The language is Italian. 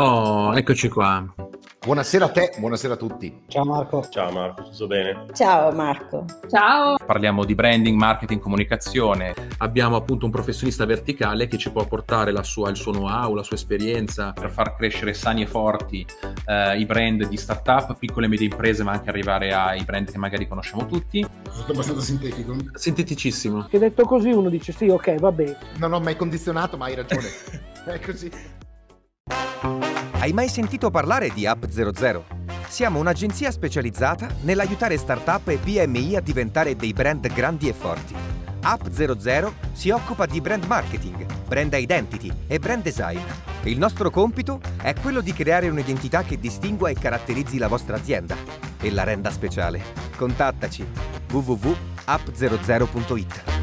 Oh, eccoci qua. Buonasera a te, buonasera a tutti. Ciao Marco. Ciao Marco, tutto bene? Ciao Marco. Ciao. Parliamo di branding, marketing, comunicazione. Abbiamo appunto un professionista verticale che ci può portare la sua, il suo know-how, la sua esperienza. Per far crescere sani e forti eh, i brand di startup, piccole e medie imprese, ma anche arrivare ai brand che magari conosciamo tutti. Tutto abbastanza sintetico. Sinteticissimo. Che detto così uno dice sì, ok, va bene. Non ho mai condizionato, ma hai ragione. È così. Hai mai sentito parlare di App 00? Siamo un'agenzia specializzata nell'aiutare startup e PMI a diventare dei brand grandi e forti. App 00 si occupa di brand marketing, brand identity e brand design. Il nostro compito è quello di creare un'identità che distingua e caratterizzi la vostra azienda e la renda speciale. Contattaci www.app00.it.